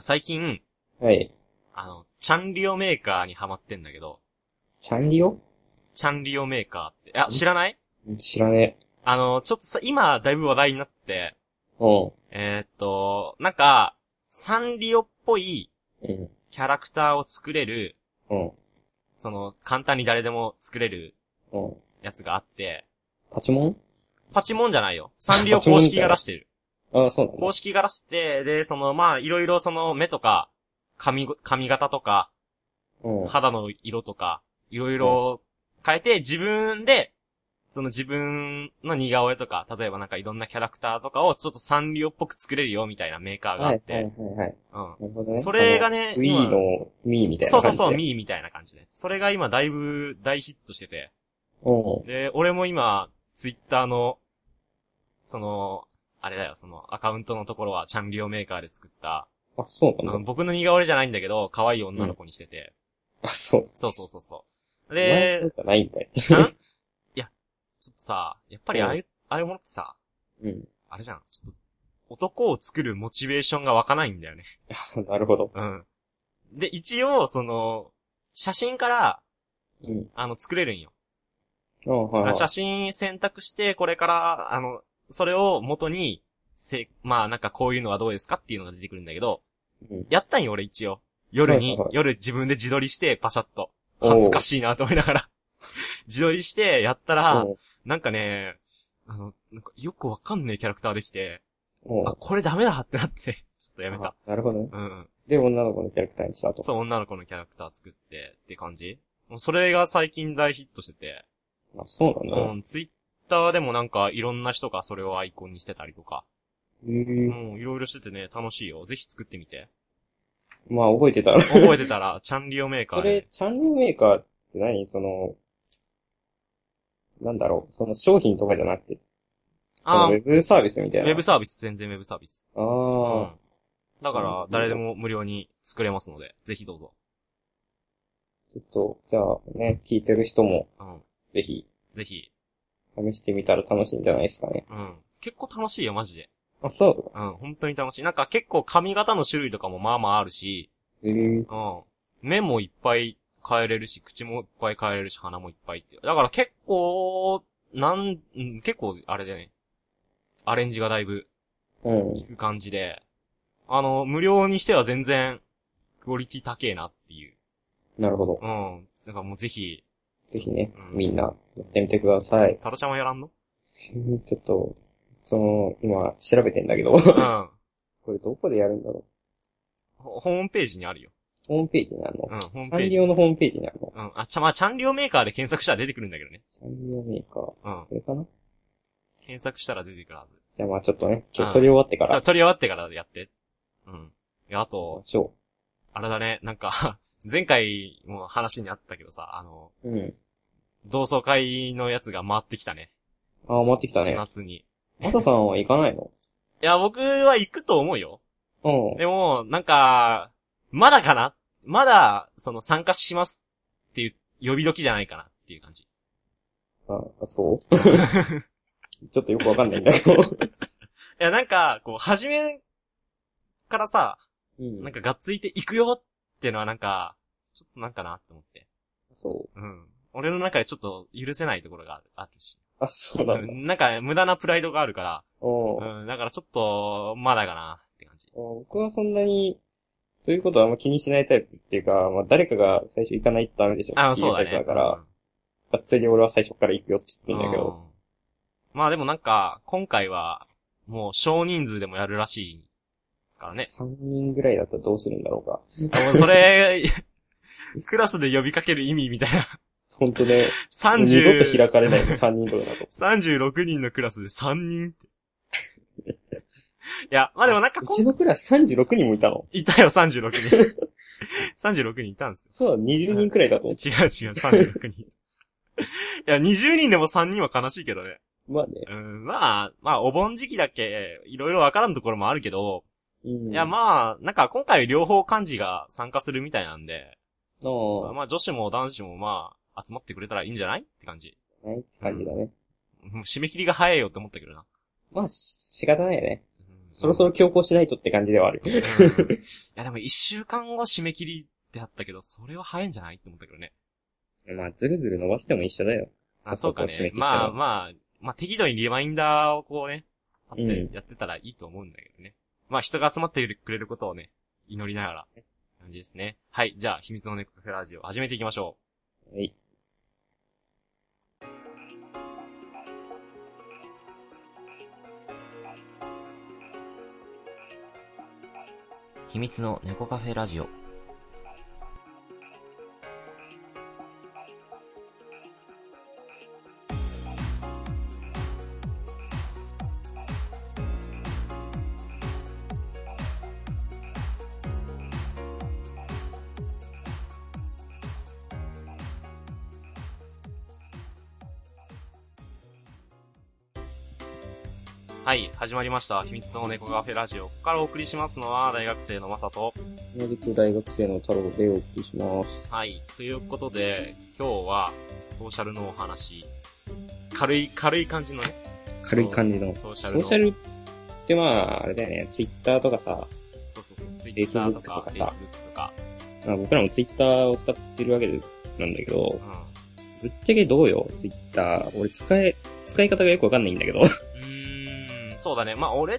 最近、はい。あの、チャンリオメーカーにハマってんだけど、チャンリオチャンリオメーカーって、あ、知らない知らねえ。あの、ちょっとさ、今、だいぶ話題になってて、おう。えーっと、なんか、サンリオっぽいうん。キャラクターを作れる、うん。その、簡単に誰でも作れるうん。やつがあって、パチモンパチモンじゃないよ。サンリオ公式が出してる。ああ、そうなんだ。公式が出して、で、その、まあ、いろいろその、目とか、髪ご、髪型とか、うん。肌の色とか、いろいろ変えて、自分で、その自分の似顔絵とか、例えばなんかいろんなキャラクターとかをちょっとサンリオっぽく作れるよみたいなメーカーがはあっい、はい、はいて、、はい。うん。なるほどね。それがねあの Wii の、Wii みたいそなうそ感うじで。そう、ミーみたいな感じで。それが今だいぶ大ヒットしてて。おう。で、俺も今、ツイッターの、その、あれだよ、そのアカウントのところはチャンリオメーカーで作った、あ、そうあなのんだ。僕の似顔絵じゃないんだけど、可愛い女の子にしてて。あ、そう。そうそうそうそう。でえそう、じゃないんかい。ちょっとさ、やっぱりああいう、ああいうものってさ、うん。 あれじゃん、ちょっと、男を作るモチベーションが湧かないんだよね。あなるほど。うん。で、一応、その、写真から、うん。あの、作れるんよ。あはいはい。写真選択して、これから、あの、それを元に、せ、まあなんかこういうのはどうですかっていうのが出てくるんだけど、うんやったんよ、俺一応。夜はにいはいは、い夜自分で自撮りして、パシャッと。おう恥ずかしいなと思いなが ら。自撮りして、やったら、おうなんかね、あの、なんかよくわかんねえキャラクターできて、おうあ、これダメだってな って、ちょっとやめた。あなるほどね。うんうん。で、女の子のキャラクターにしたと。そう、女の子のキャラクター作って、って感じもうそれが最近大ヒットしてて、あ、そうなんだう。ん、ツイッターでもなんかいろんな人がそれをアイコンにしてたりとか、うーん。もういろいろしててね、楽しいよ。ぜひ作ってみて。まあ、覚えてたら。覚えてたら、チ ャンリオメーカーそでれ、。チャンネルメーカーって何その、なんだろう、その商品とかじゃなくて、そあのあ、ウウェブサービスみたいな。ェブサービス、全然ウェブサービス。あうあ、ん。だかそうなんらだ、誰でも無料に作れますので、ぜひどうぞ。ちょっと、じゃあね、聞いてる人も、うん。ぜひ、ぜひ。試してみたら楽しいんじゃないですかね。うん。結構楽しいよ、マジで。あ、そううん、本当に楽しい。なんか結構髪型の種類とかもまあまああるし、えー、うん。目もいっぱい変えれるし、口もいっぱい変えれるし、鼻もいっぱいっていう。だから結構、なん、うん結構、あれだよね。アレンジがだいぶうん。効く感じで、あの、無料にしては全然、クオリティ高えなっていう。なるほど。うん。だからもうぜひ、ぜひね、うんみんな、やってみてください。 タロちゃんはやらんのうんちょっと、その、今、調べてんだけど、う ん。これどこでやるんだろほホームページにあるよ。う。ホームページにあるのうん、ホームチャペンーリジ。オのホームページにあるのうん。あ、ちゃ、まあ、チャンリオメーカーで検索したら出てくるんだけどね。チャンリオメーカー。こうん。れかな検索したら出てくるはず。じゃあまあちょっとね、今日撮り終わってか じゃあ、ら、取り終わってからやって。うん。いや、あとま、しょあれだね、なんか、 前回も話にあったけどさ、あの、う。うん。同窓会のやつが回ってきたね。ああ、待ってきたね。夏に。またさんは行かないのいや、僕は行くと思うよ。うん。でも、なんか、まだかなまだ、その、参加しますっていう、呼び時じゃないかなっていう感じ。あ、そうちょっとよくわかんないんだけど。いや、なんか、こう、初めからさ、うんなんか、がっついて行くよってのはなんか、ちょっとなんかなって思って。そう。うん。俺の中でちょっと許せないところがあるあるし。あ、そうなんだ。なんか、無駄なプライドがあるから、うん。うん、だからちょっと、まだかな、って感じ。僕はそんなに、そういうことはあんま気にしないタイプっていうか、まあ誰かが最初行かないとダメでしょ。あそうだっていね。うタイプだから、がっつり俺は最初から行くよってう言ってんだけど。。んまあでもなんか、今回は、もう少人数でもやるらしいですからね3人 ぐらいだったらどうするんだろうか。あもうそれ、クラスで呼びかける意味みたいな。ほんとね、二度と30、開かれないの、3人とかだと。 36人のクラスで3人って。いや、まあでもなんかうこちん、のクラス36人もいたのいたよ、36人。36人いたんですよそうだ、20人くらいだと思って。違う違う、36人。いや、20人でも3人は悲しいけどね。まあね。うん、まあ、まあ、お盆時期だけ、いろいろわからんところもあるけど、うん。いや、まあ、なんか今回両方幹事が参加するみたいなんで、ああ、まあ、女子も男子もまあ、集まってくれたらいいんじゃないって感じ。ないって感じだね。うん締め切りが早いよって思ったけどな。まあ、し仕方ないよね。うんそろそろ強行しないとって感じではある。うんいや、でも一週間後締め切りってあったけど、それは早いんじゃないって思ったけどね。 まあ、ずるずる伸ばしても一緒だよ。あ、そうかそこを締めね。切ったらまあまあ、まあ適度にリマインダーをこうね、あっうてんやってたらいいと思うんだけどね。まあ人が集まってくれることをね、祈りながら、感じですね。はい、じゃあ、秘密のネコカフェラジオ始めていきましょはい。う。秘密のネコカフェラジオ。はい、始まりました。秘密のネコカフェラジオ。ここからお送りしますのは、大学生のまさと。同じく大学生の太郎でお送りします。はい。ということで、今日は、ソーシャルのお話。軽い、軽い感じのね。軽い感じの。ソーシソャルの。ーシャルってまあ、あれだよね、ツイッターとかさ、そうそうそう。ツイッターとか、フェイ Facebook スブックとか。まあ、僕らもツイッターを使ってるわけなんだけどう、ん。ぶっちゃけどうよ、ツイッター。俺使え、使い方がよくわかんないんだけど。うーん、そうだね。まあ、俺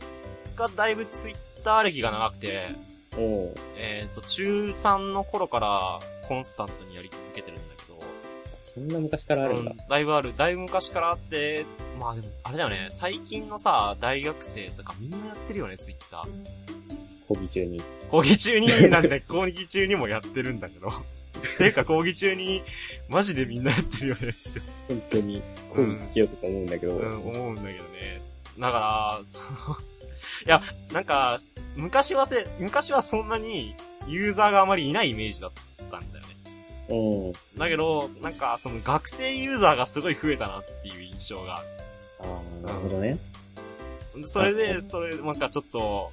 がだいぶツイッター歴が長くて、おえっ、と、中3の頃からコンスタントにやり続けてるんだけど、そんな昔からあるんだ。うんだいぶある。だいぶ昔からあって、まあでも、あれだよね。最近のさ、大学生とかみんなやってるよね、ツイッター。講義中に。講義中に、なんで、講義中にもやってるんだけど。 っていうか、講義中に、マジでみんなやってるよね。本当に講義しようとか思うんだけど。うん、思うんだけどね。だから、その、いや、なんか、昔はせ、昔はそんなに、ユーザーがあまりいないイメージだったんだよね。うん。だけど、なんか、その学生ユーザーがすごい増えたなっていう印象が。ああ、なるほどね。それで、それ、なんかちょっと、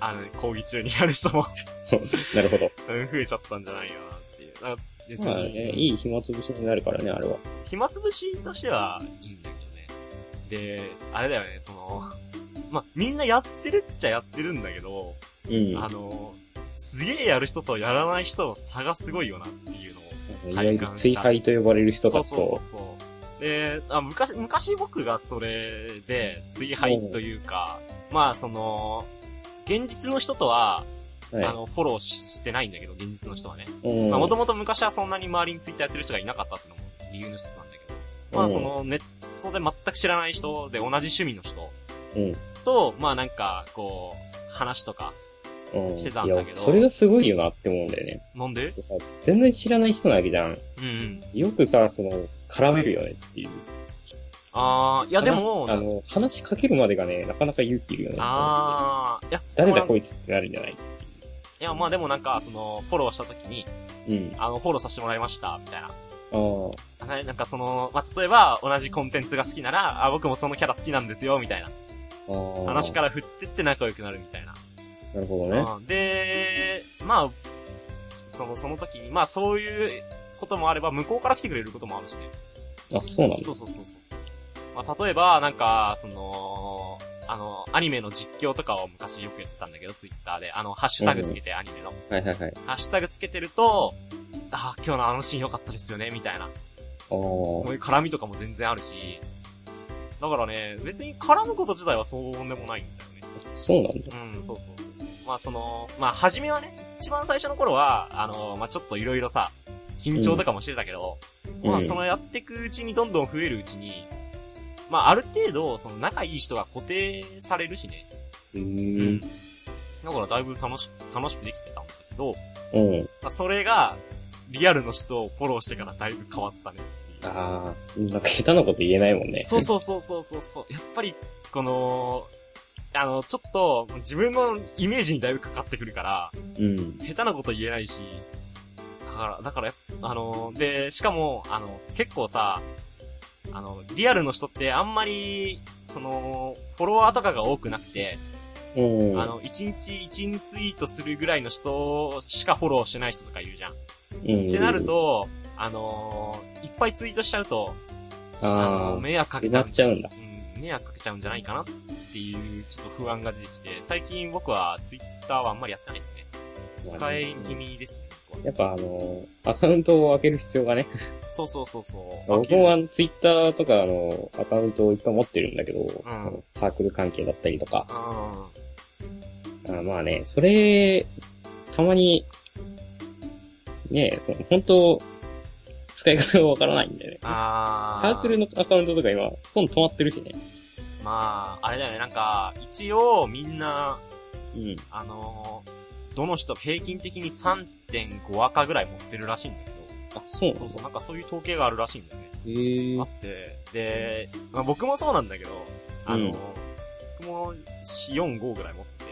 あの、講義中にやる人も、なるほど。うん増えちゃったんじゃないかなっていう。なんか別まあね、いい暇つぶしになるからね、あれは。暇つぶしとしてはいいんだけどね。で、あれだよね、その、まあ、みんなやってるっちゃやってるんだけど、うん。あの、すげえやる人とやらない人の差がすごいよなっていうのを。いわゆる追敗と呼ばれる人そたうちそうそうと、そう。で、あ昔、昔僕がそれで、追敗というか、まあその、現実の人とは、あはの、フォローししてないんだけど、現実の人はね。い。うんまあ、もともと昔はそんなに周りにツイッターやってる人がいなかったっていうのも理由の一つなんだけど、まあ、うんそのネットで全く知らない人で同じ趣味の人うんと、まあなんか、こう、話とか、うんしてたんだけどいやそれがすごいよなって思うんだよね。飲んでさ全然知らない人なわけじゃん。うんうん。よくさ、その、絡めるよねっていう。あー、いやでも話、あの、話しかけるまでがね、なかなか勇気いるよね。あー、いや、誰だこれこいつってなるんじゃないいや、まあでもなんか、その、フォローした時に、うん。ああの、フォローさせてもらいました、みたいな。あ。あななんかその、まあ、例えば、同じコンテンツが好きなら、あ、僕もそのキャラ好きなんですよ、みたいな。あー話から振ってって仲良くなるみたいな。なるほどね。うんで、まあ、その、その時に、まあそういうこともあれば、向こうから来てくれることもあるしね。あ、そうなんだそうそうそうそうそう。まあ例えば、なんか、その、あの、アニメの実況とかを昔よくやってたんだけど、ツイッターで、あの、ハッシュタグつけて、アニメの。はいはいはい。ハッシュタグつけてると、あー今日のあのシーン良かったですよね、みたいな。あこうあ。いう絡みとかも全然あるし。だからね、別に絡むこと自体はそうでもないんだよね。そうなんだ。うん、そうそうそうそう。まあその、まあ初めはね、一番最初の頃は、あの、まあちょっといろいろさ、緊張とかもしてたけど、まうあんそのやってくうちにどんどん増えるうちに、まあある程度、その仲いい人が固定されるしね。ううーん。。だからだいぶ楽し、楽しくできてたんだけど、うん。まあそれが、リアルの人をフォローしてからだいぶ変わったねっていう。ああ。なんか下手なこと言えないもんね。そうそうそうそうそうそう。やっぱり、この、あの、ちょっと、自分のイメージにだいぶかかってくるから、う。うん。下手なこと言えないし、だから、だからやっぱ、あの、で、しかも、あの、結構さ、あの、リアルの人ってあんまり、その、フォロワーとかが多くなくて、うん。あの、1日1ツイートするぐらいの人しかフォローしてない人とかいるじゃん。っうん。てなる、と、あの、いっぱいツイートしちゃうと、ああの、迷惑かけなっちゃううんだ。うん、迷惑かけちゃうんじゃないかなっっていうちょっと不安が出てきて、最近僕はツイッターはあんまりやってないですね。控え気味ですね。僕はやっぱあの、アカウントを開ける必要 がね。そうそうそうそう。僕もあの、ツイッターとかあの、アカウントをいっぱい持ってるんだけど、んあのサークル関係だったりとか。うん。あまあね、それ、たまに、ねえ、本当使い方がわからないんだよね。サあー。ークルのアカウントとか今、ほとんど止まってるしね。まあ、あれだよね、なんか、一応みんな、うん。あのーどの人平均的に3.5赤ぐらい持ってるらしいんだけど、あ、そうなそんうだ。そう、なんかそういう統計があるらしいんだよね。へーあって、で、まあ、僕もそうなんだけど、あのーうん僕も4、5ぐらい持って、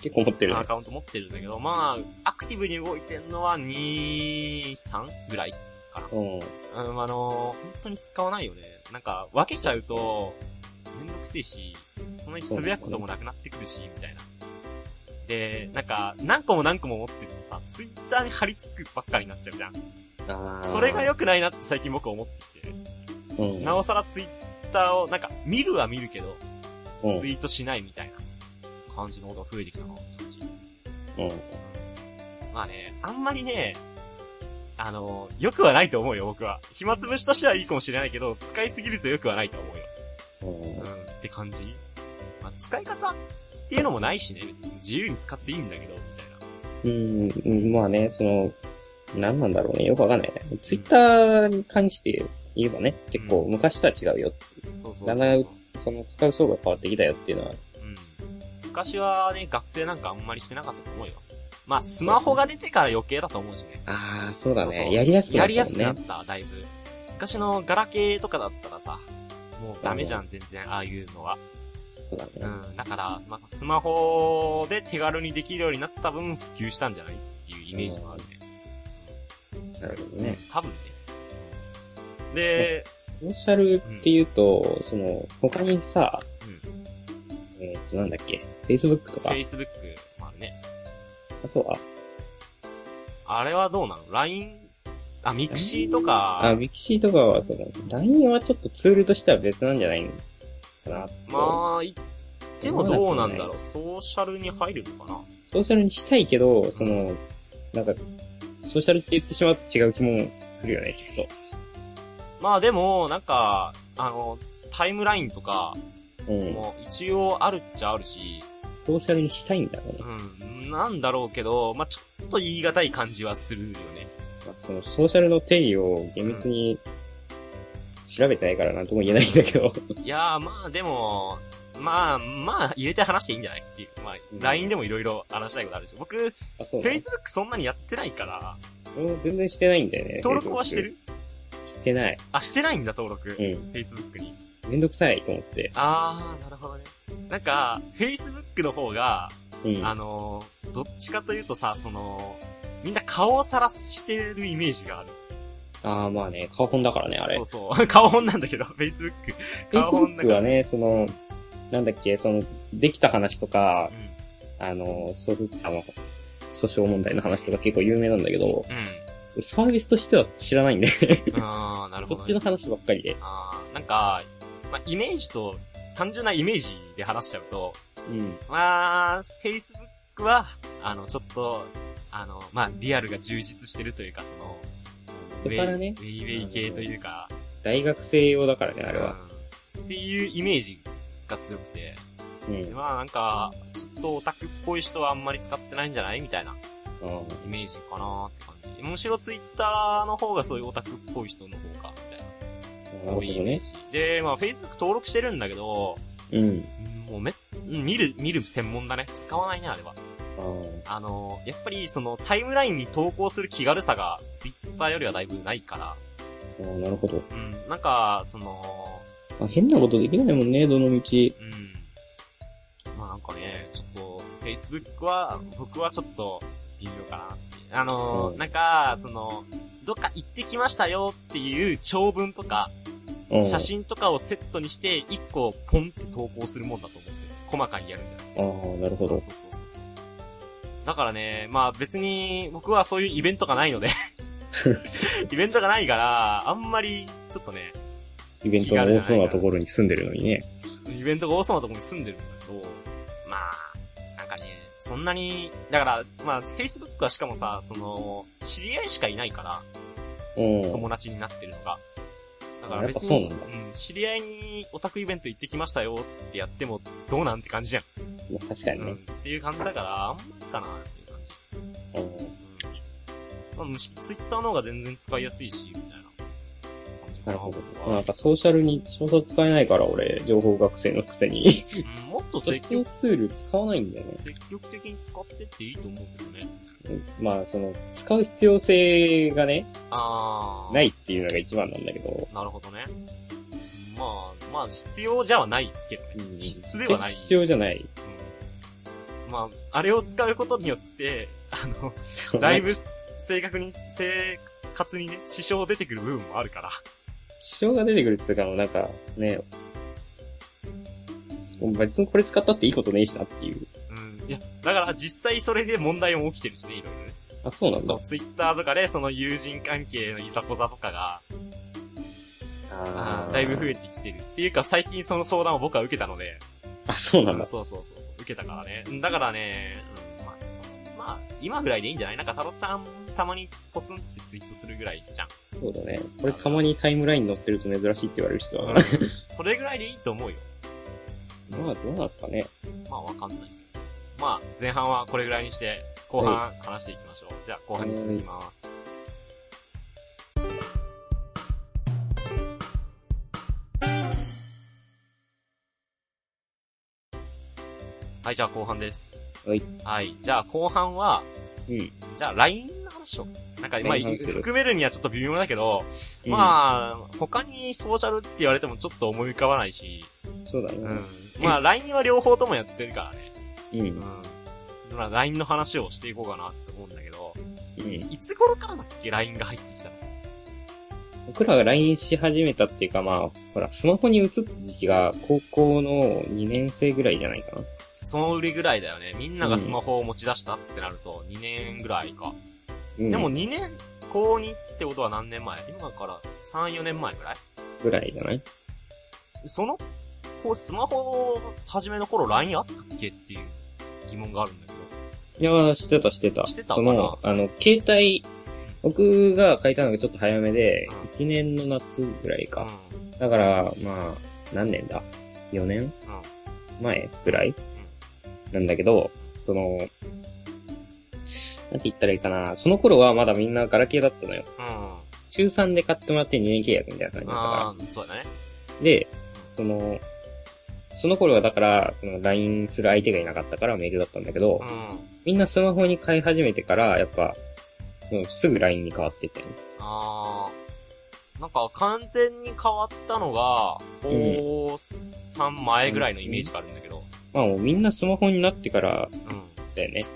結構持ってるねア。カウント持ってるんだけど、まあ、アクティブに動いてんのは2、3ぐらい。うん。うん、あのー本当に使わないよね。なんか、分けちゃうと、めんどくせえし、そんなにつぶやくこともなくなってくるし、みたいな。で、なんか、何個も何個も持ってるとさ、ツイッターに貼り付くばっかりになっちゃうじゃん。あーそれが、良くないなって最近僕思ってきうん。て、なおさらツイッターを、なんか、見るは見るけど、うん。ツイートしないみたいな感じのことが増えてきたなって感じ。うん。まあね、あんまりね、あの、良くはないと思うよ、僕は。暇つぶしとしてはいいかもしれないけど、使いすぎると良くはないと思うよ。うんうん、って感じ。まあ、使い方っていうのもないしね、別に自由に使っていいんだけど、みたいな。うん、うんまあね、その、なんなんだろうね、よくわかんないね。ツイッターに関して言えばね、結構昔とは違うよっていうそうそうそうそう。だんだんその使う層が変わってきたよっていうのは、うん。昔はね、学生なんかあんまりしてなかったと思うよ。まあ、スマホが出てから余計だと思うしね。ああ、そうだそうそね。うやりやすくやなったりもやすんくなねっ。た、だいぶ。昔のガラケーとかだったらさ、もうダメじゃん、全然、ああいうのは。そうだね。うん、だから、まあ、スマホで手軽にできるようになった分、普及したんじゃないっていうイメージもあるね。なるほどね。多分ね。で、ソーシャルっていうと、その、他にさ、うん、えっと、なんだっけ、Facebook とか、 Facebook もあるね。あとは、あれはどうなの ?LINE? あ、ミクシーとか、あ、Wixi とかは、その、LINE はちょっとツールとしては別なんじゃないのかな。まあ、いでもどうなんだろうソーシャルに入るのかなソーシャルにしたいけど、その、なんか、ソーシャルって言ってしまうと違う気もするよね、きっまあでも、なんか、あの、タイムラインとか、と。うん。もう一応あるっちゃあるし、ソーシャルにしたいんだろうね。うん、なんだろうけど、まあちょっと言い難い感じはするよね。 まあその、ソーシャルの定義を厳密に調べてないからなんとも言えないんだけ ど。いやー、まあでも、まあ、まあ、入れて話していいんじゃないっていう。まあう、ん LINE でもいろいろ話したいことあるし。僕、あ、そうなの Facebook そんなにやってないから、うん全然してないんだよね。登録はして Facebook るしてない。あ、してないんだ、登録う。ん。 Facebook に。めんどくさいと思って。あー、なるほどね。なんか、Facebook の方が、うん。あのー、どっちかというとさ、その、みんな顔をさらしてるイメージがある。ああ、まあね、顔本だからね、あれそう。そう。 顔本なんだけど、Facebook。顔本だ Facebook からはね、その、なんだっけ、その、できた話とかう、ん。あの、そうすあの、訴訟問題の話とか結構有名なんだけど、うん。サービスとしては知らな いんで、あー、なるほそど、ね。っちの話ばっかりで。あーなんか、まあ、イメージと、単純なイメージで話しちゃうと、うん。まあ、Facebook は、あの、ちょっと、あの、まあ、リアルが充実してるというか、その、そこからねウェイウェイウェイ系というか、大学生用だからね、あれは。うんっていうイメージが強くて、うん。でまあなんか、ちょっとオタクっぽい人はあんまり使ってないんじゃないみたいなうんイメージかなって感じ。むしろ Twitter の方がそういうオタクっぽい人の方が、みたいな。なるほどね。で、まあ Facebook 登録してるんだけど、うん。もうめ、見る、見る専門だね。使わないね、あれは。あーあの、やっぱりそのタイムラインに投稿する気軽さが Twitter よりはだいぶないかあー、なるほど。ら。うん、なんか、その、あ変なことできないもんね、どのう道。ん。まあなんかね、ちょっと Facebook は、僕はちょっと微妙かなって。あの、うんなんか、その、どっか行ってきましたよっていう長文とか、うん。写真とかをセットにして、一個ポンって投稿するもんだと思ってる、細かにやるんじゃないああ、なるほど。そうそうそうそう。だからね、まあ別に僕はそういうイベントがない ので、イベントがないから、あんまりちょっとね、イベントの多そうなところに住んでるのにね。イベントが王様のとこに住んでるんだけど、まあ、なんかね、そんなに、だから、まあ、Facebook はしかもさ、その、知り合いしかいないから、うん。友達になってるのが。だからやっぱ別に、そうなんうん、知り合いにオタクイベント行ってきましたよってやっても、どうなんて感じじゃん。まあ確かにうん、っね。ていう感じだから、あんまりかなっていう感じ。うん。うん。まあむし、ツイッターの方が全然使いやすいし、みたいな感じかなな。るほ僕ど。はなんかソーシャルに、ソーシャル使えないから俺、情報学生のくせ に。うんもっとそっ積ちの極、ツール使わないんだよね。積極的に使ってっていいと思うけどね。まあ、その、使う必要性がね、あー。ないっていうのが一番なんだけど。なるほどね。まあ、まあ、必要じゃないけどね。うん必須ではない必要じゃない。うんまあ、あれを使うことによって、あの、だいぶ正確に、生活にね、支障出てくる部分もあるから。支障が出てくるっていうか、なんかね、別にこれ使ったっていいことねえしなっていう。うん。いや、だから実際それで問題も起きてるしね、いろいろね。あ、そうなんそだう、。ツイッターとかで、その友人関係のいざこざとかが、ーだいぶ増えてきてる。っていうか、最近その相談を僕は受けたので、あ、そううなんんだ。そうそうそうそう、受けたからね。うんだからね、うん、まあ、そうまあ、今ぐらいでいいんじゃないなんか、タロちゃん、たまにポツンってツイートするぐらいじゃん。 そうだね。これたまにタイムラインに載ってると珍しいって言われる人だな。それぐらいでいいと思うよ。まあ、どうなんすかね。まあわかんないけど。まあ前半はこれぐらいにして、後半話していきましょう。じゃあ後半に続きます。はい、じゃあ後半です。はい。はい、じゃあ後半は、うん。じゃあ LINE の話を。なんか、まあ、 LINE の話する含めるにはちょっと微妙だけど、まあ、他にソーシャルって言われてもちょっと思い浮かばないし、うん、そうだね。うん。まあ、LINE は両方ともやってるからね。うん。う。うんん。まあ、LINE の話をしていこうかなって思うんだけど、いつ頃からだっけ ?LINE が入ってきたの僕らが LINE し始めたっていうか、まあ、ほら、スマホに移った時期が高校の2年生ぐらいじゃないかな。その売りぐらいだよね。みんながスマホを持ち出したってなると、2年ぐらいか。うん。でも、2年、高2ってことは何年前今から3、4年前ぐらいぐらいじゃないその、こう、スマホ始めの頃 LINE あったっけっていう疑問があるんだけど。いやー、知ってた、知ってた。知ってたそかなの、あの、携帯、僕が書いたのがちょっと早めでうん、 1年の夏ぐらいか。うだから、まあ、何年だ ?4 年ん。うん。前ぐらいなんだけど、その、なんて言ったらいいかな。その頃はまだみんなガラケーだったのよ。うん。中3で買ってもらって2年契約みたいな感じだったあかあ、そうだね。ら。で、その、その頃はだから、その LINE する相手がいなかったからメールだったんだけど、うん。みんなスマホに買い始めてから、やっぱ、もうすぐ LINE に変わってて、あー。なんか完全に変わったのが、高3前ぐらいのイメージがあるんだけど。まあもうみんなスマホになってからうん。だよね。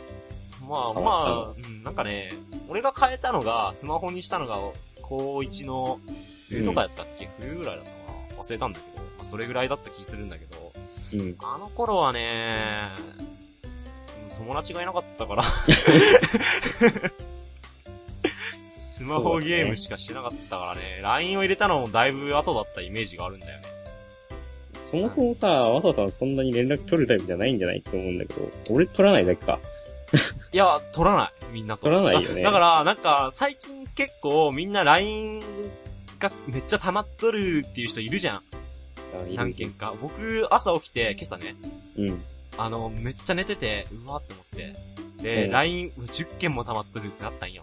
まあ変まわあ、うん、なんかね、俺が変えたのが、スマホにしたのが、高1の冬とかやったっけ、冬ぐらいだったかな忘れたんだけど、まあ、それぐらいだった気するんだけど、うん。あの頃はね、うん友達がいなかった から、スマホゲームしかしてなかったからね、LINE を入れたのもだいぶ後だったイメージがあるんだよね。そもそもさ、わざわざそんなに連絡取るタイプじゃないんじゃないって思うんだけど、俺取らないだけか。いや、取らない。みんなと取らないよねだだから、なんか、最近結構みんな LINE がめっちゃ溜まっとるっていう人いるじゃん。あいる何件か。僕、朝起きて、今朝ね、うん。あの、めっちゃ寝てて、うわーって思って。で、うん LINE、10件も溜まっとるってなったんよ。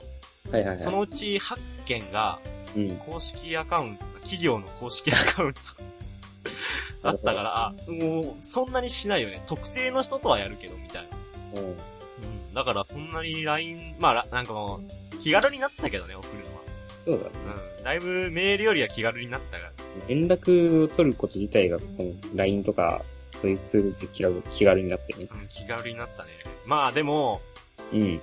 はいはいはい。そのうち8件が、うん。公式アカウント、企業の公式アカ ウントだったから、もう、そんなにしないよね。特定の人とはやるけど、みたいな。うん。うん。だから、そんなに LINE、まあら、なんかもう、気軽になったけどね、送るのは。そうだ。うん。だいぶ、メールよりは気軽になったから。連絡を取ること自体が、この LINE とか、そういうツールって気軽気軽になってね。うん、気軽になったね。まあ、でも、うん。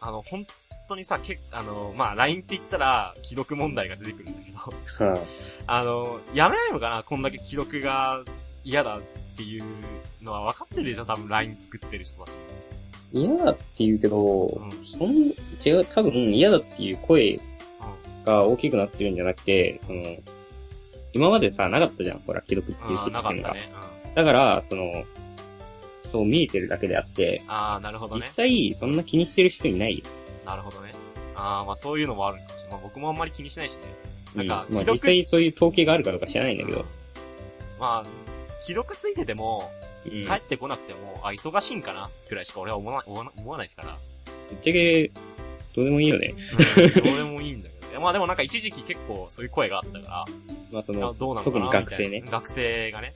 あの、本当にさ、け、あの、まあ、LINE って言ったら、既読問題が出てくるんだけど、はあの、やめないのかなこんだけ既読が嫌だっていうのは分かってるでしょ多分 LINE 作ってる人たちも。い。嫌だって言うけど、うんそん、違う、多分嫌だっていう声が大きくなってるんじゃなくて、その、今までさ、なかったじゃん、ほら、記録ってういん。うあシーなスかテっムたが。ね。だから、その、そう見えてるだけであって、ああ、なるほど実ね。際、そんな気にしてる人いないよ。なるほどね。ああ、まあそういうのもあるかもしれない。まあ僕もあんまり気にしないしね。なんかうんまあ既読実際そういう統計があるかどうか知らないんだけど。まあ、既読ついてても、うん。帰ってこなくても、あ、忙しいんかなくらいしか俺は思わない、思わない思わない から。ぶっちゃけ、どうでもいいよね。うん、どうでもいいんだけどね。まあでもなんか一時期結構そういう声があったから、まあそあの、どうなのかな特に学生ねみたいな学生がね。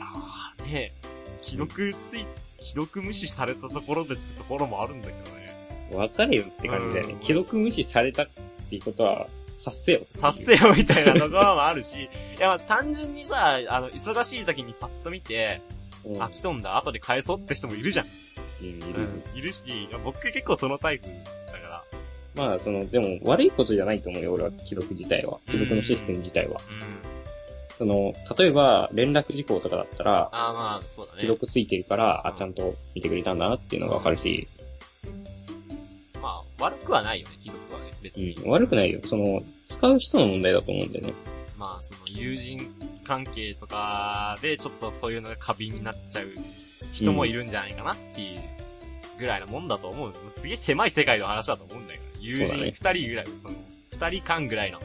ああ、ね既読つい、既読無視されたところでってところもあるんだけどね。わかれよって感じだようねん。既読無視されたっていうことは、察せよ。察せよみたいなところもあるし、いやまあ単純にさ、あの、忙しい時にパッと見て、うん。飽きとんだ、後で返そうって人もいるじゃん。うんいるいるし、僕結構そのタイプだから。まあその、でも悪いことじゃないと思うよ、俺は既読自体は。既読のシステム自体は。うん。その、例えば、連絡事項とかだったら、ああまあ、そうだね。既読ついてるから、うあん、ちゃんと見てくれたんだなっていうのがわかるし、まあ、悪くはないよね、既読はね、別に。うん、悪くないよ。その、使う人の問題だと思うんだよね。まあ、その、友人関係とかで、ちょっとそういうのが過敏になっちゃう人もいるんじゃないかなっていうぐらいなもんだと思う。すげえ狭い世界の話だと思うんだよ。友人そうだ二ね人ぐらい、その、二人間ぐらいの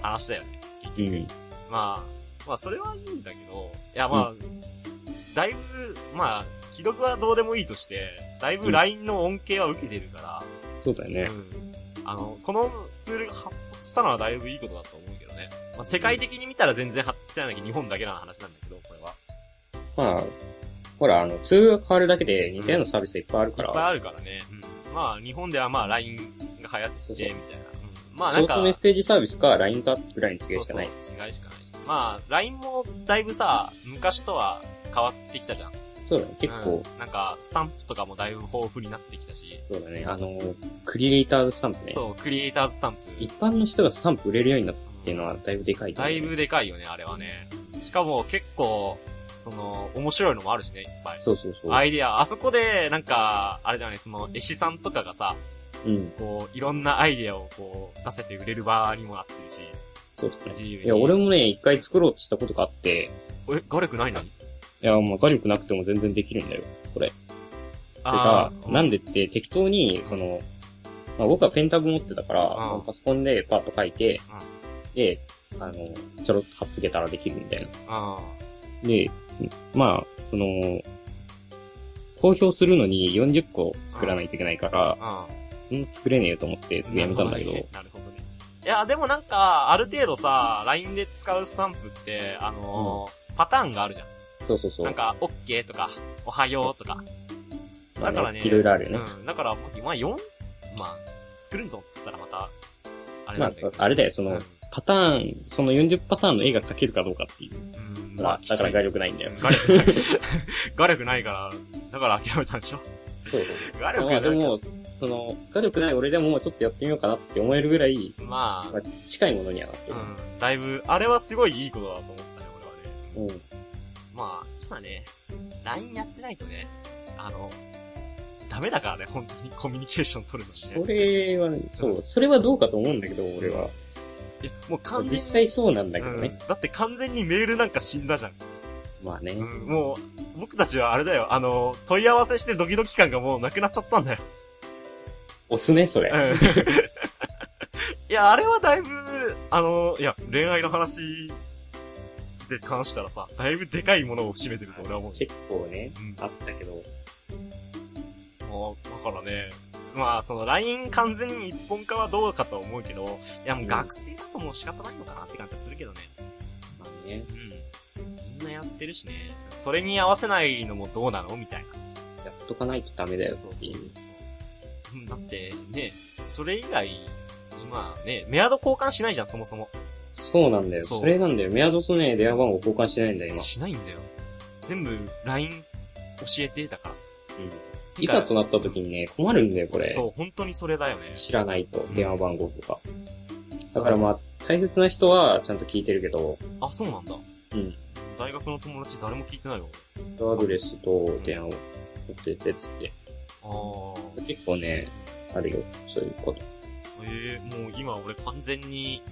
話だよね。うん。まあ、まあ、それはいいんだけど、いや、まあ、だいぶ、まあ、既読はどうでもいいとして、だいぶ LINE の恩恵は受けてるから、そうだよね。うんあの、このツールが発達したのはだいぶいいことだと思うけどね。まあ、世界的に見たら全然発達してないのが日本だけの話なんだけど、これは。まあ、ほら、あの、ツールが変わるだけで似たようなサービスがいっぱいあるいかっぱいら、あるからね。うんまあ、日本ではまあ、LINE が流行ってそうそうて、みたいな。うんまあ、シなョんーか、トメッセージサービスか LINE かぐらいに違いしかない。そうそう違いしかないし。まあ、LINE もだいぶさ、昔とは変わってきたじゃん。そうだね。結構、うんなんか、スタンプとかもだいぶ豊富になってきたし、そうだね。あの、クリエイターズスタンプね。そう、クリエイターズスタンプ。一般の人がスタンプ売れるようになったっていうのはだいぶでかいとだ思ういよね、ぶでかいよね、あれはね。しかも結構、その、面白いのもあるしね、いっぱい。そうそうそう。アイディア、あそこで、なんか、あれだよね、その、絵師さんとかがさ、うん。こう、いろんなアイディアをこう、出せて売れる場にもなってるし、そうだ自ね。由に。いや、俺もね、一回作ろうとしたことがあって、え、画力ないのにいや、まあ、画力なくても全然できるんだよ。であさー、なんでって適当に、その、まあ、僕はペンタブ持ってたから、うんパソコンでパッと書いて、で、あの、ちょろっと貼っつけたらできるみたいな。あで、まあ、その、公表するのに40個作らないといけないかー、らあー、そんな作れねえよと思って、すぐやめたんだけど、なるほどね。いや、でもなんか、ある程度さ、LINE で使うスタンプって、あのーパターンがあるじゃん。そうそうそう。なんか、OK とか、おはようとか。まだあからねいろいろあるよね。うん。だから、まあ、4? まあ、作るのっつったらまた、あれなまあんだけど。、あれだよ、その、うんパターン、その40パターンの絵が描けるかどうかっていう。うん、まあ、だから画力。力ないんだよ。画力ない。画力ないから、だから諦めたんでしょそうそう。画力 まがあでない。も、その、画力ない俺でもちょっとやってみようかなって思えるぐらい、ままあ、近いものにはなってあ、うん。だいぶ、あれはすごいいいことだと思ったね、俺る。はね。うん。まあ、今ね、LINE やってないとね、あの、ダメだからね、本当にコミュニケーション取るのしねそ。れは、そう、それはどうかと思うんだけど、俺は。いや、もう完全に実際そうなんだけどうんね。だって完全にメールなんか死んだじゃん。まあね。うん、もう、僕たちはあれだよ、あの、問い合わせしてドキドキ感がもうなくなっちゃったんだよ。押すね、それ。うん。 いや、あれはだいぶ、あの、いや、恋愛の話で関したらさ、だいぶでかいものを占めてると俺は思うよ。結構ね、うん。あったけど。もう、だからね、まあ、その LINE 完全に一本化はどうかと思うけど、いや、もう学生だともう仕方ないのかなって感じはするけどね。まあね。うん。みんなやってるしね。それに合わせないのもどうなのみたいな。やっとかないとダメだよそうっそていうう。そううんだって、ね、それ以外、今ね、メアド交換しないじゃん、そもそも。そうなんだよ。そうそれなんだよ。メアドとね、電話番号交換してないんだよ、今。しないんだよ。全部、LINE 教えて、だから。いざとなった時にね、困るんだよ、これ。そう、本当にそれだよね。知らないとん、電話番号とか。だからまあ、大切な人はちゃんと聞いてるけど、あ、そうなんだ。うん。大学の友達誰も聞いてないよ。アドレスと電話を持っててっつって。あー。結構ね、あるよ、そういうこと。ええもう今俺完全に、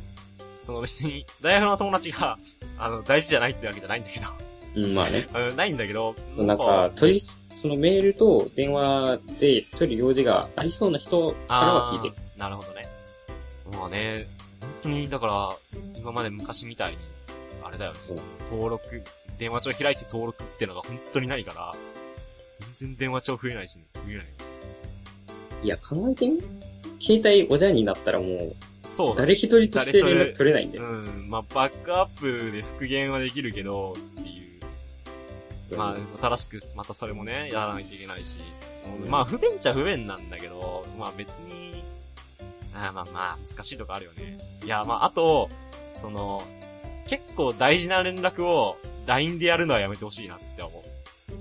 その別に、大学の友達が、あの、大事じゃないってわけじゃないんだけど。 うん、まあね。うんないんだけど、なんか、取り、そのメールと電話で取る用事がありそうな人からは聞いてる。あーなるほどね。まあね、本当に、だから、今まで昔みたいに、あれだよねうん、登録、電話帳開いて登録ってのが本当にないから、全然電話帳増えないし、増えない。いや、考えてみ携帯おじゃんになったらもう、そうだね。誰一人として連絡取れないんだうよ。ん、まあ、バックアップで復元はできるけど、っていう。まあ、新しく、またそれもね、やらないといけないし。まあ、不便っちゃ不便なんだけど、まあ別に、あーまあまあ、難しいとこあるよね。いや、まああと、その、結構大事な連絡を LINE でやるのはやめてほしいなって思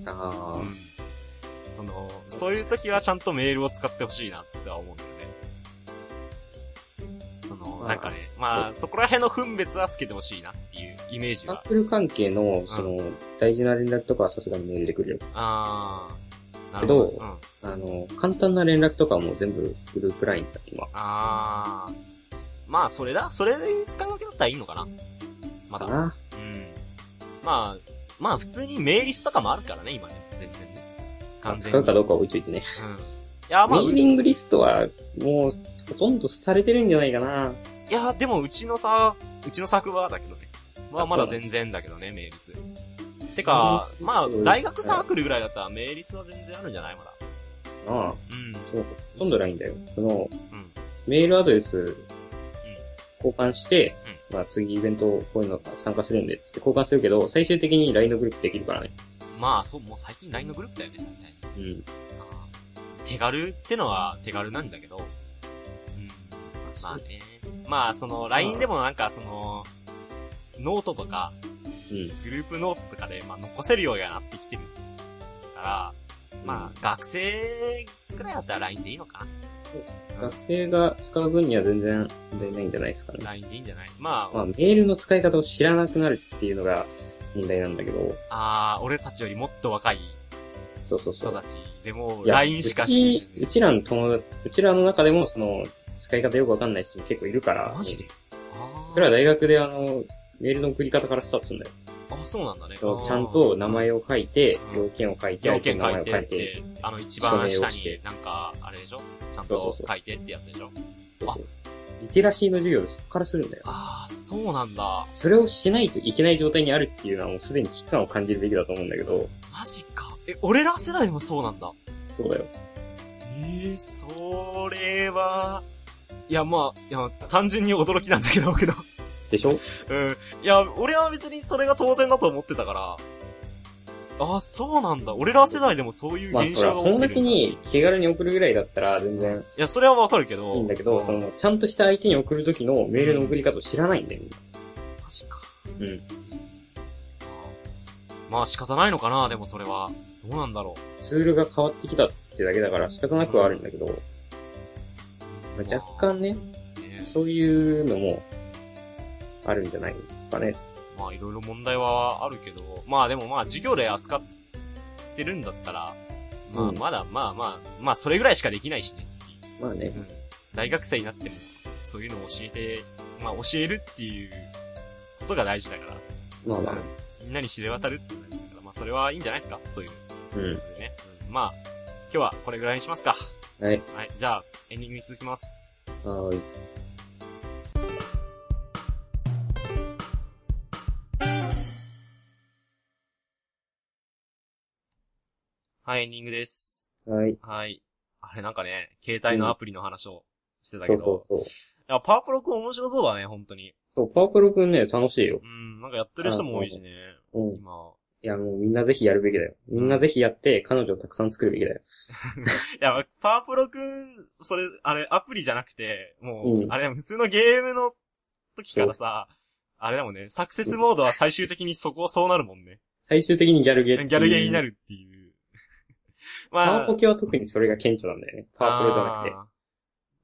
う。あうん。その、そういう時はちゃんとメールを使ってほしいなって思うんだよね。その、なんかね、まあ、そこら辺の分別はつけてほしいなっていうイメージあ。アはッ。プル関係の、その、大事な連絡とかはさすがにメールで来るよ。あー、なるほど。けどうん。あの、簡単な連絡とかはもう全部グループラインだ、今。あー。まあ、それだ。それで使い分けだったらいいのかな。まかだ。な。うん。まあ、まあ普通にメーリスとかもあるからね、今ね。全然ね。完全使に。うかどうかは置いといてね。うん。いや、まあ、メーいリングリストは、もう、ほとんど廃れてるんじゃないかな。や、でもうちのさ、うちの作はだけどね。まああまだそうな全然だけどね、メーリス。てか、うんまあ、大学サークルぐらいだったらメーリスは全然あるんじゃないまだ。ああ、うん。そうほとんどラインだよ。その、うん。メールアドレス、交換して、まあ次イベントこういうの参加するんで、つって交換するけど、最終的に LINE のグループできるからね。まあ、そう、もう最近 LINE のグループだよね、大体ね。うん。あー手軽ってのは手軽なんだけど、うん、まあね。まあ、その、LINE でもなんか、その、ノートとか、うん。グループノートとかで、まあ、残せるようにはなってきてる。から、まあ、学生くらいだったら LINE でいいのかあ、学生が使う分には全然問題ないんじゃないですかね。 ?LINE でいいんじゃないまあ、まあメールの使い方を知らなくなるっていうのが問題なんだけど、あー俺たちよりもっと若いそうそうそ人うた。ちでも、いや LINE しかうちし、うちらの友達、うちらの中でもその、使い方よくわかんない人も結構いるから。マジであ僕らー大学であの、メールの送り方からスタートするんだよ。あ、そうなんだね。そうあーちゃんと名前を書いて、うん要件を書いて、要件書い相手の名て前をって、あの一番下になんか、あれでしょちゃんそうとそうそう書いてってやつでしょそうそうリテラシーの授業でそこからするんだよ。ああ、そうなんだ。それをしないといけない状態にあるっていうのはもうすでに危機感を感じるべきだと思うんだけど、マジか。え、俺ら世代もそうなんだ。そうだよ。ええそれは、いや、まあ、いや、単純に驚きなんだけど、けど。でし ょうん。いや、俺は別にそれが当然だと思ってたから。ああ、そうなんだ。俺ら世代でもそういうまあ現ほ象ら、が起きて友るんだ。達に気軽に送るぐらいだったら全然いや、それはわかるけど。いいんだけど、そマの、ちゃんとした相手に送る時のメールの送り方を知らないんだよ。ジか。うん。まあ仕方ないのかな、でもそれは。どうなんだろツールが変わってきたってだけだから仕方なくはあるんだけど、う。まあ若干ね、ねそういうのも、あるんじゃないですかね。まあいろいろ問題はあるけど、まあでもまあ授業で扱ってるんだったら、まあうんまだまあまあ、まあそれぐらいしかできないしね。まあね。うん大学生になっても、そういうのを教えて、まあ教えるっていうことが大事だから、まあまあ。みんなに知れ渡るっていうのが大事だから、まあそれはいいんじゃないですかそういううん。のでね。うんまあ、今日はこれぐらいにしますか。はい。はい、じゃあエンディングに続きます。はーい。はい、エンディングです。はい。はい。あれなんかね、携帯のアプリの話をしてたけそうそど。うそう。いや、パワープロくん面白そうだね、本当に。そう、パワプロくんね、楽しいよう。ん、なんかやってる人も多いしね。うん。い今。や、もうみんなぜひやるべきだよ。みんなぜひやって、彼女をたくさん作るべきだよ。いや、パワープロくん、それ、あれ、アプリじゃなくて、もう、うんあれ、普通のゲームの時からさ、あれだもんね、サクセスモードは最終的にそこ、そうなるもんね。最終的にギャルゲギーっていうャルゲーにな。るっていう。 パまワポケは特にそれが顕著なんだよね。パワプロじゃなくて。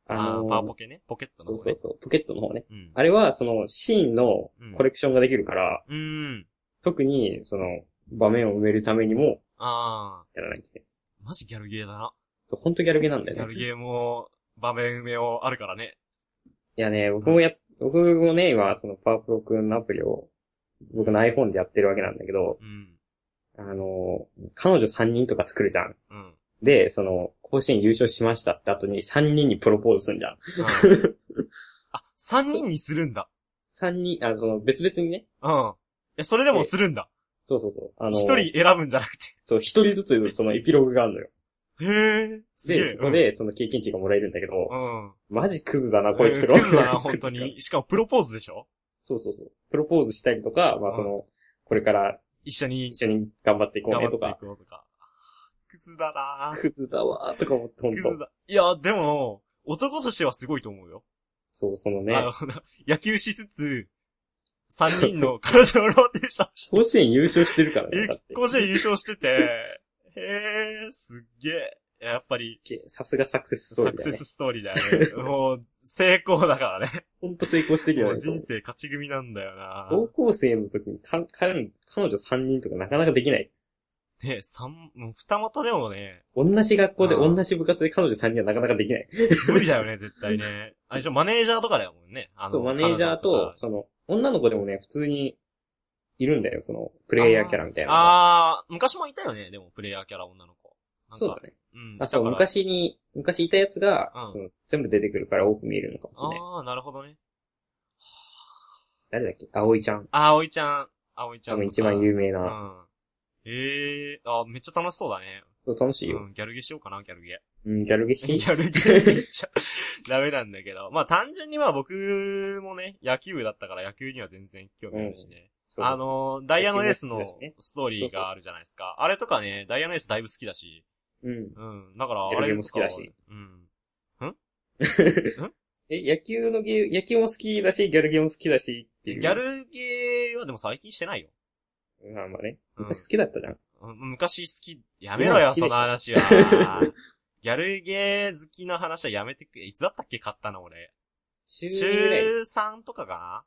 あーああのー、ーパワーポケね。ポケットそのう方そうね。そう。ポケットの方ね。うん。あれは、その、シーンのコレクションができるから、うん。特に、その、場面を埋めるためにも、あやらないといけない。ー、マジギャルゲーだな。そう、ほんとギャルゲーなんだギャよルね。ゲーも、場面埋めをあるからね。いやね、僕もや、僕もね、今、その、パワプロくんのアプリを、僕の iPhone でやってるわけなんだけど、うん。あの、彼女3人とか作るじゃん。 うん。で、その、甲子園優勝しましたって後に3人にプロポーズするんじゃん。うんあ、三人にするんだ。 3人、あの、その別々にね。うん。え、それでもするんだ。そうそうそう。あの、一人選ぶんじゃなくそう、一人ずつそのエピローグがあるのよ。て。へえ。すげえ。で、そこでその経験値がもらえるんだけど、うん。マジクズだな、うん。こいつえとーかクズだな、本当。 に。しかもプロポーズでしょそうそうそう。プロポーズしたりとか、まあその、これから一緒に一緒に頑張っていこう頑張ねってといこか。うとか。クズだなクズだわーとか思って、ほんクとズ。だ。いや、でも、男としてはすごいと思うよ。そう、そのあねの、、野球しつつ、三人の彼女のローテーションして甲子園優勝してるからね、だっえ、て。甲子園優勝してて、へえ、すっげえ。やっぱり、さすがサクセスストーサリクーだセねス。ストーリーだ よね。もう、成功だからね。ほんと成功してるもようね。人生勝ち組なんだよな高校生の時にか彼彼女3人とかなかなかできない。ね三、もう二股でもね、同じ学校でうん同じ部活で彼女3人はなかなかできない。無理だよね、絶対ね。あれでしょ、マネージャーとかだよもんね。あその、う、マネージャーと、その、女の子でもね、普通にいるんだよ、その、プレイヤーキャラみたいなのが。あー、昔もいたよね、でも、プレイヤーキャラ女の子。なんかそうだね。うん。あ、そだう、から。昔に、昔いたやつが、うんその全部出てくるから多く見えるのかもしれない。あー、なるほどね。誰だっけ葵ちゃん。あおいちゃん、あおいちゃ多んと分か。一番有名うな。ん。ええー、あ、めっちゃ楽しそうだね。そう楽しいよ。うん、ギャルゲしようかな、ギャルゲ。うん、ギャルゲ ギシャルゲって言っちゃ ダメなんだけど。まあ単純にまあ僕もね、野球部だったから野球には全然興味あるしね。そうあの、ダイヤのエースの野球も好きだしねストーリーがあるじゃないですか。あれとかね、ダイヤのエースだいぶ好きだし。うん。うん。だから、あギャルれゲも好きだしとかは。うん。 え、野球のゲー、野球も好きだし、ギャルゲーも好きだしってギいう。ャルゲーはでも最近してないよ。まあまあね。うん昔好きだったじゃん。うん昔好き、やめろ今よ、好きそでしょの話 は。ギャルゲー好きの話はやめてくれ。いつだったっけ買ったの俺。中2ぐらい。中3とかか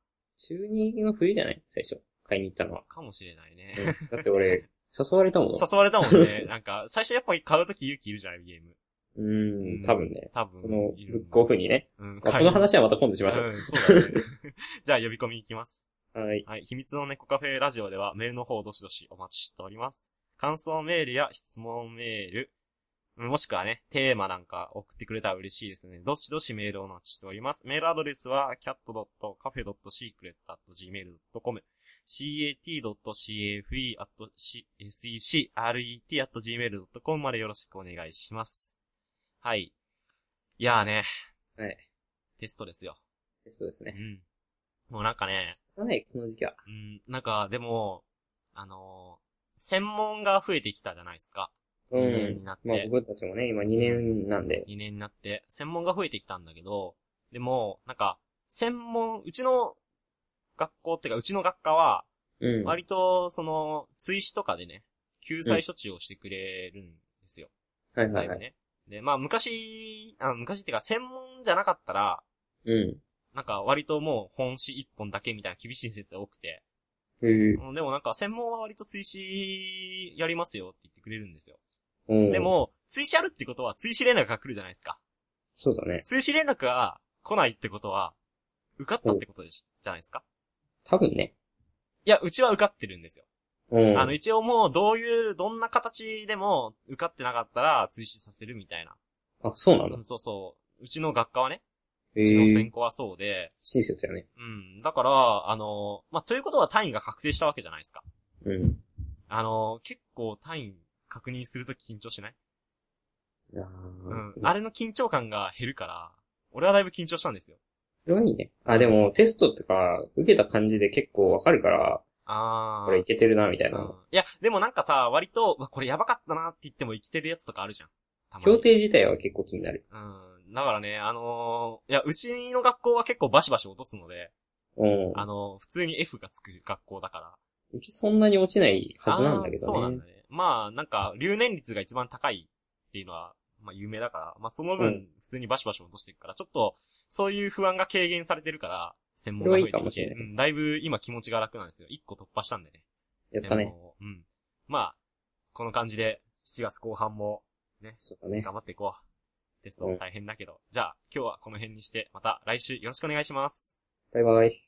中2の冬じゃない最初。買いに行ったのはな。かもしれないね。うんだって俺、 誘われたもん。誘われたもんね。 なんか、最初やっぱ買うとき勇気いるじゃないゲーム。うん、多分ね。多分。その、いブるックオフにね。うん、まあこの話はまた今度しましょう。うん、そうだね。 じゃあ呼び込みいきます。はい。はい。秘密の猫カフェラジオではメールの方をどしどしお待ちしております。感想メールや質問メール、うんもしくはね、テーマなんか送ってくれたら嬉しいですね。どしどしメールをお待ちしております。メールアドレスは cat.cafe.secret.gmail.com cat.cafe.secret.gmail.com までよろしくお願いします。はい。いやーね。はい。テストですよ。そうですうね。ん。もうなんかね、はい、この時期は。うん、なんか、でも、あのー専門が増えてきたじゃないですか。う二年にん。なまっあて僕たちもね、今2年なんで。 2年になって。専門が増えてきたんだけど、でも、なんか、専門、うちの学校っていうか、うちの学科は、うん。割と、その、追試とかでね、救済処置をしてくれるんですよ。はいだはいいぶはい。ね。で、まあ、昔、あ昔っていうか、専門じゃなかったら、うん。なんか、割ともう、本試一本だけみたいな厳しい先生が多くて、へえうんでもなんか、専門は割と追試やりますよって言ってくれるんですよ。うん。で、も、追試あるってことは、追試連絡が来るじゃないですか。そうだね。追試連絡が来ないってことは、受かったってことでしじゃないですか。多分ね。いや、うちは受かってるんですよ。うん。あの、一応もう、どういう、どんな形でも、受かってなかったら、追試させるみたいな。あ、そうなうのん、そうそう。うちの学科はね、へうちのえ専攻はそうで、親切やね。うん。だから、あの、まあ、ということは単位が確定したわけじゃないですか。うん。あの、結構単位確認するとき緊張しないあうん。ーあれの緊張感が減るから、俺はだいぶ緊張したんですよ。それはいいね。あ、でも、テストとか、受けた感じで結構わかるから、あー。これいけてるな、みたいうんな。いや、でもなんかさ、割と、うわこれやばかったなって言っても生きてるやつとかあるじゃん。たまに協定自体は結構気になる。うん。だからね、あのーいや、うちの学校は結構バシバシ落とすので、うん。あのー普通に F がつく学校だから。うちそんなに落ちないはずなんだけあーそうどなねんだ。ね。まあ、なんか、留年率が一番高いっていうのは、まあ、有名だから、まあ、そのう分ん、普通にバシバシ落としていくから、ちょっと、そういう不安が軽減されてるから、専門そがれ増はいえてきいかもて、しれなうん、だいぶ今気持ちが楽なんですよ。一個突破したんでね。やった専ね。門をうん。まあ、この感じで、7月後半もそうだね。頑張っていこう。テストうん大変だけど。じゃあ、今日はこの辺にして、また来週よろしくお願いします。バイバイ。